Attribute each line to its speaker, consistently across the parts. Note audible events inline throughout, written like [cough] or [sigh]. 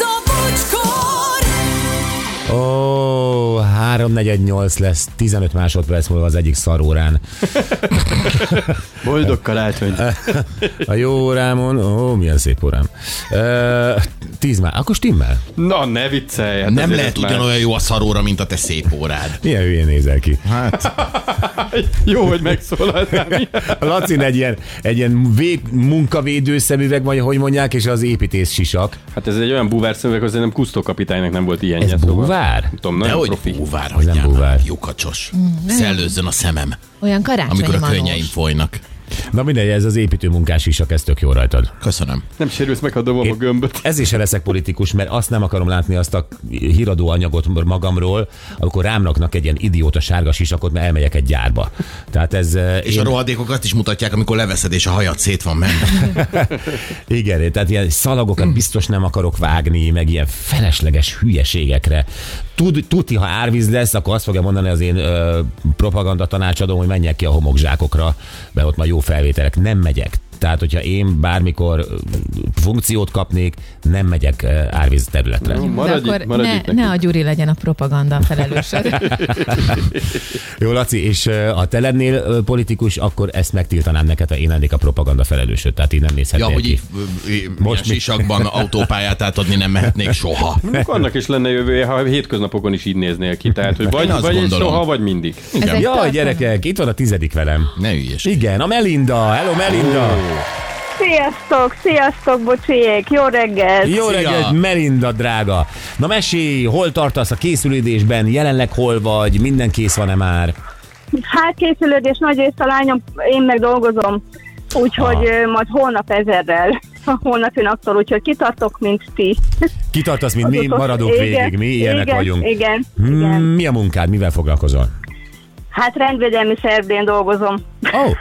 Speaker 1: a bocskor!
Speaker 2: Ó, 348 lesz, 15 másodperc múlva az egyik szarórán.
Speaker 3: Boldog karácsony.
Speaker 2: [laughs]
Speaker 4: Hát.
Speaker 2: A jó órámon, ó, milyen szép órám. Ö, 10 már, akkor stimmel?
Speaker 3: Na, ne viccelj. Hát
Speaker 4: Nem
Speaker 3: azért
Speaker 4: lehet
Speaker 3: ez már-
Speaker 4: ugyanolyan jó a szaróra, mint a te szép órád.
Speaker 2: Milyen hülyén nézel ki.
Speaker 4: Hát,
Speaker 3: Jó, hogy megszólaltál.
Speaker 2: A Lacin egy ilyen, egy ilyen vég, munkavédő szemüveg, vagy hogy mondják, és az építész sisak.
Speaker 3: Hát ez egy olyan búvár szemüveg, azért nem Kusztó kapitánynak nem volt ilyen.
Speaker 2: Ez búvár?
Speaker 3: Tudom,
Speaker 4: de
Speaker 3: nagyon
Speaker 4: hogy
Speaker 3: profi.
Speaker 4: búvár,
Speaker 2: nem
Speaker 4: hagyjál
Speaker 2: búvár.
Speaker 4: már, lyukacsos. Szellőzzön a szemem,
Speaker 5: Olyan karácsonyi
Speaker 4: amikor a
Speaker 5: manós.
Speaker 4: könnyeim folynak.
Speaker 2: Na mindegy, ez az építőmunkás sisak, ez tök jó rajtad.
Speaker 4: Köszönöm.
Speaker 3: Nem sérülsz meg, ha dobom a gömböt.
Speaker 2: Ezért se leszek politikus, mert azt nem akarom látni azt a híradó anyagot magamról, amikor rám raknak egy ilyen idióta sárga sisakot, mert elmegyek egy gyárba. Tehát ez... eh,
Speaker 4: És
Speaker 2: én-
Speaker 4: a rohadékok azt is mutatják, amikor leveszed, és a hajad szét van [laughs] menve.
Speaker 2: Igen, tehát ilyen
Speaker 4: Mm.
Speaker 2: szalagokat biztos nem akarok vágni, meg ilyen felesleges hülyeségekre. Tud, tuti, ha árvíz lesz, akkor azt fogja mondani az én ö, propaganda tanácsadom, hogy menjek ki a homokzsákokra, mert ott már jó felvételek. Nem megyek. Tehát, hogyha én bármikor ö, funkciót kapnék, nem megyek ö, árvíz területre.
Speaker 5: De
Speaker 3: Maradj
Speaker 5: akkor
Speaker 3: itt, maradj itt
Speaker 5: ne,
Speaker 3: nekünk.
Speaker 5: ne a Gyuri legyen a propaganda
Speaker 3: [laughs]
Speaker 5: felelősöd.
Speaker 2: Jó, Laci, és ö, ha te lennél ö, politikus, akkor ezt megtiltanám neked, ha én lennék a propaganda felelősöd. Tehát így nem nézhetnél
Speaker 4: Ja,
Speaker 2: ki.
Speaker 4: hogy így, Most
Speaker 2: mi?
Speaker 4: sisakban autópályát átadni nem mehetnék soha. [laughs]
Speaker 3: Annak is lenne jövője, ha a hétköznapokon is így néznél ki. Tehát, hogy
Speaker 4: Én
Speaker 3: vagy,
Speaker 4: azt
Speaker 3: vagy egy
Speaker 4: gondolom.
Speaker 3: soha, vagy mindig.
Speaker 5: Ez egy
Speaker 2: Jaj,
Speaker 5: tartalom.
Speaker 2: gyerekek, itt van a tizedik velem.
Speaker 4: Ne ügyes.
Speaker 2: Igen, a Melinda. Hello, Melinda.
Speaker 6: Sziasztok, sziasztok, bocsiék, jó reggelt!
Speaker 2: Jó
Speaker 4: Szia!
Speaker 2: reggelt, Melinda drága! Na mesélj, hol tartasz a készülődésben, jelenleg hol vagy, minden kész van-e már?
Speaker 6: Hát készülődés nagy részt a lányom, én meg dolgozom,
Speaker 2: Ah.
Speaker 6: úgyhogy ö, majd holnap ezerrel, holnapi naptól, úgyhogy kitartok, mint ti.
Speaker 2: Kitartasz, mint mi,
Speaker 6: Azóta-
Speaker 2: maradunk
Speaker 6: igen,
Speaker 2: végig, mi ilyenek
Speaker 6: igen,
Speaker 2: vagyunk.
Speaker 6: Igen,
Speaker 2: Hmm,
Speaker 6: igen.
Speaker 2: Mi a munkád, mivel foglalkozol?
Speaker 6: Hát rendvédelmi szervén dolgozom.
Speaker 2: Ó, oh,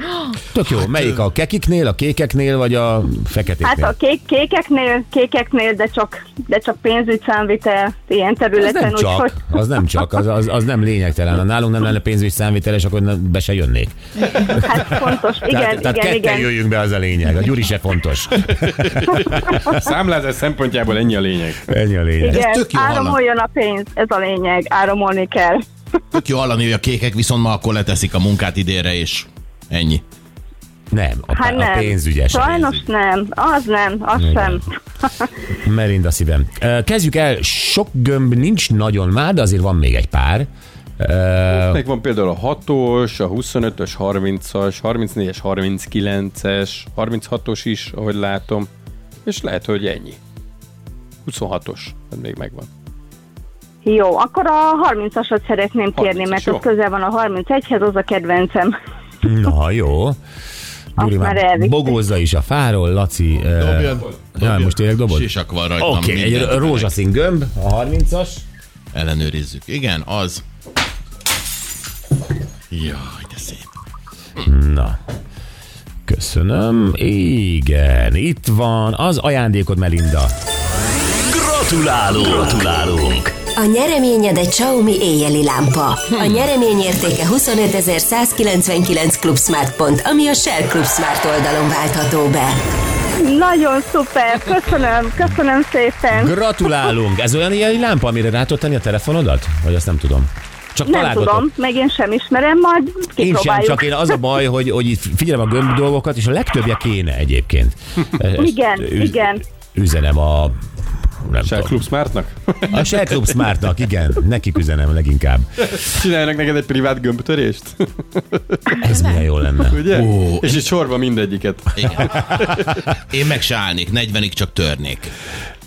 Speaker 2: tök
Speaker 4: Hát,
Speaker 2: jó. Melyik a kekiknél, a kékeknél, vagy a
Speaker 6: Hát
Speaker 2: feketéknél?
Speaker 6: a kék, kékeknél, kékeknél, de csak, de csak pénzügy számvitel ilyen
Speaker 2: az nem
Speaker 6: területen,
Speaker 2: csak,
Speaker 6: úgyhogy...
Speaker 2: az nem csak, az, az, az nem lényegtelen. Ha nálunk nem lenne pénzügy számviteles, akkor nem, be se jönnék.
Speaker 6: Hát fontos, igen,
Speaker 2: tehát tehát
Speaker 6: igen,
Speaker 2: ketten
Speaker 6: igen.
Speaker 2: jöjjünk be, az a lényeg. A Gyuri se fontos.
Speaker 3: A számlázás szempontjából ennyi a lényeg.
Speaker 2: Ennyi a lényeg.
Speaker 4: Ez
Speaker 6: igen.
Speaker 4: tök jó
Speaker 6: Áramoljon a pénz, ez a lényeg, áramolni kell.
Speaker 4: Tök jó hallani, hogy a kékek viszont ma akkor leteszik a munkát idénre, és ennyi.
Speaker 2: Nem, a,
Speaker 6: Hát
Speaker 2: a
Speaker 6: nem.
Speaker 2: pénzügyes.
Speaker 6: Sajnos nem, az nem, az
Speaker 2: Igen.
Speaker 6: sem.
Speaker 2: Merinda szívem. Ö, Kezdjük el, sok gömb nincs nagyon már, de azért van még egy pár. Ö,
Speaker 3: Meg van például a 6-os, a 25-ös, 30-as, 34-es, 39-es, 36-os is, ahogy látom. És lehet, hogy ennyi. 26-os, ez még megvan.
Speaker 6: Jó, akkor a 30-asat szeretném kérni,
Speaker 3: 30-as,
Speaker 6: mert
Speaker 3: jó.
Speaker 6: az közel van a 31-hez, az a kedvencem.
Speaker 2: Na jó. Gyuri
Speaker 6: már
Speaker 2: már
Speaker 6: elvitték.
Speaker 2: bogózza is a fáról, Laci. ö, Ja, most tényleg dobod?
Speaker 4: Sisak van rajtam.
Speaker 2: Oké, okay, egy
Speaker 4: mindent.
Speaker 2: rózsaszín gömb, a 30-as.
Speaker 4: Ellenőrizzük. Igen, az. Jaj, de szép.
Speaker 2: Na. Köszönöm. Igen, itt van az ajándékod, Melinda.
Speaker 7: Gratulálunk! Gratulálunk!
Speaker 8: A nyereményed egy Xiaomi éjjeli lámpa. A nyeremény értéke 25.199 Club Smart pont, ami a Shell Club Smart oldalon váltható be.
Speaker 6: Nagyon szuper, köszönöm, köszönöm szépen.
Speaker 2: Gratulálunk. Ez olyan ilyen lámpa, amire rá tudod tenni a telefonodat? Vagy azt nem tudom. Csak
Speaker 6: Nem
Speaker 2: találgatod.
Speaker 6: tudom, meg én sem ismerem, majd
Speaker 2: Én sem,
Speaker 6: kipróbáljuk.
Speaker 2: csak én az a baj, hogy, hogy itt figyelem a gömb dolgokat, és a legtöbbje kéne egyébként. Ezt
Speaker 6: Igen, igen.
Speaker 2: Üzenem a nem
Speaker 3: Se a
Speaker 2: tudom.
Speaker 3: Club Smartnak? [laughs]
Speaker 2: A Shell Club Smartnak, igen, nekik üzenem leginkább.
Speaker 3: Csinálnak neked egy privát gömbtörést?
Speaker 2: Ez milyen jó lenne.
Speaker 3: Ugye?
Speaker 4: Ó.
Speaker 3: És egy sorba mindegyiket.
Speaker 4: Igen. Én meg se állnék, 40-ig csak törnék.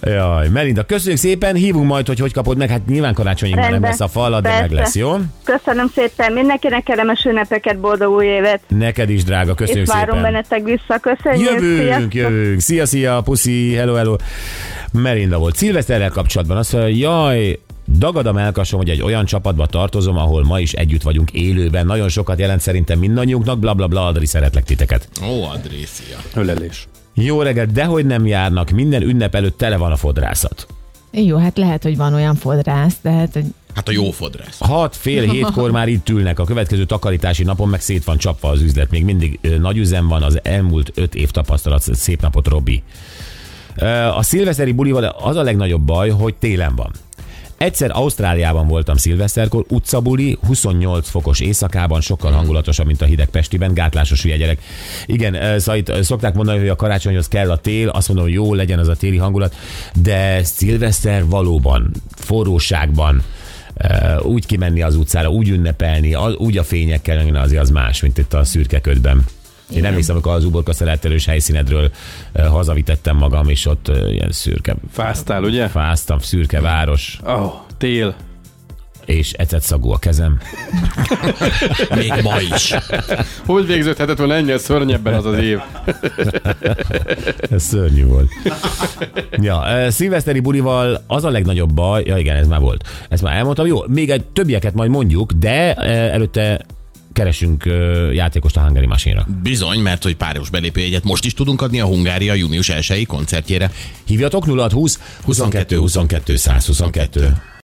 Speaker 2: Jaj, Melinda, köszönjük szépen, hívunk majd, hogy hogy kapod meg, hát nyilván karácsonyig már nem
Speaker 6: Rendben.
Speaker 2: lesz a falad, de meg
Speaker 6: Persze.
Speaker 2: lesz, jó?
Speaker 6: Köszönöm szépen, mindenkinek kellemes ünnepeket, boldog új évet,
Speaker 2: Neked is, drága, köszönjük
Speaker 6: és várom
Speaker 2: szépen.
Speaker 6: bennetek vissza, köszönjük.
Speaker 2: Jövünk,
Speaker 6: sziasztok.
Speaker 2: jövünk. Szia, szia, puszi, hello, hello. Merinda volt. Szilveszterrel kapcsolatban azt mondja, jaj, dagad a melkasom, hogy egy olyan csapatba tartozom, ahol ma is együtt vagyunk élőben. Nagyon sokat jelent szerintem mindannyiunknak, bla bla bla, Adri, szeretlek titeket.
Speaker 4: Ó, André, szia.
Speaker 3: Ölelés.
Speaker 2: Jó reggelt, dehogy nem járnak, minden ünnep előtt tele van a fodrászat.
Speaker 5: Jó, hát lehet, hogy van olyan fodrász, de hát, hogy
Speaker 4: Hát a jó fodrász.
Speaker 2: 6 fél hétkor már itt ülnek, a következő takarítási napon meg szét van csapva az üzlet. Még mindig ö, nagy üzem van, az elmúlt 5 év tapasztalat. Szép napot, Robi. Ö, A szilveszteri bulival az a legnagyobb baj, hogy télen van. Egyszer Ausztráliában voltam szilveszterkor, utcabuli, 28 fokos éjszakában, sokkal hangulatosabb, mint a hideg Pestiben, gátlásos hülye gyerek. Igen, ö, Szait, ö, szokták mondani, hogy a karácsonyhoz kell a tél, azt mondom, hogy jó, legyen az a téli hangulat, de szilveszter valóban, forróságban, ö, úgy kimenni az utcára, úgy ünnepelni, az, úgy a fényekkel, na, azért az más, mint itt a szürke ködben. Én emlékszem, amikor az uborka szeretelős helyszínedről ö, hazavitettem magam, és ott ö, ilyen szürke
Speaker 3: Fáztál, ugye?
Speaker 2: fáztam, szürke város,
Speaker 3: Oh, tél.
Speaker 2: és ecet szagú a kezem.
Speaker 4: [laughs] Még ma is.
Speaker 3: Hogy végződhetett volna ennél szörnyebben az az év?
Speaker 2: Ez szörnyű volt. Ja, ö, szilveszteri bulival az a legnagyobb baj, ja igen, ez már volt. Ezt már elmondtam, jó, még egy többieket majd mondjuk, de ö, előtte keresünk ö, játékost a Hungary machine
Speaker 4: Bizony, mert hogy páros belépőjegyet most is tudunk adni a Hungária június 1 koncertjére.
Speaker 2: Hívjatok 0620 22 22 122.